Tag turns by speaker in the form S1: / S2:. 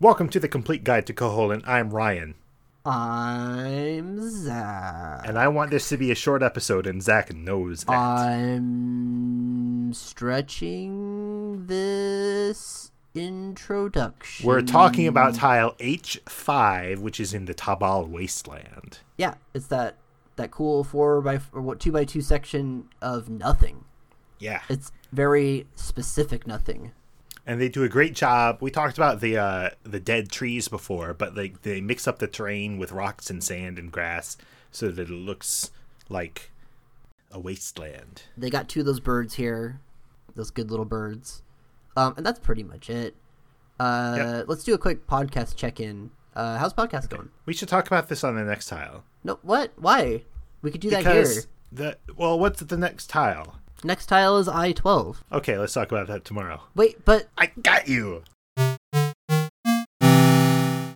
S1: Welcome to the Complete Guide to Koholin. I'm Ryan,
S2: I'm Zach.
S1: and I want this to be a short episode, and Zach knows that.
S2: Uh, I'm stretching this introduction.
S1: We're talking about tile H5, which is in the Tabal Wasteland.
S2: yeah, it's that that cool four by f- or what two by two section of nothing.
S1: Yeah.
S2: It's very specific nothing.
S1: and they do a great job. We talked about the uh, the dead trees before, but they they mix up the terrain with rocks and sand and grass so that it looks like a wasteland.
S2: They got two of those birds here, those good little birds, um, and that's pretty much it. Uh,
S1: Yep.
S2: Let's do a quick podcast check in. Uh, how's podcast going?
S1: We should talk about this on the next tile
S2: No, what? Why? We could do that here.
S1: because the well, what's the next tile?
S2: Next tile is I twelve.
S1: Okay, let's talk about that tomorrow.
S2: Wait, but
S1: I got you.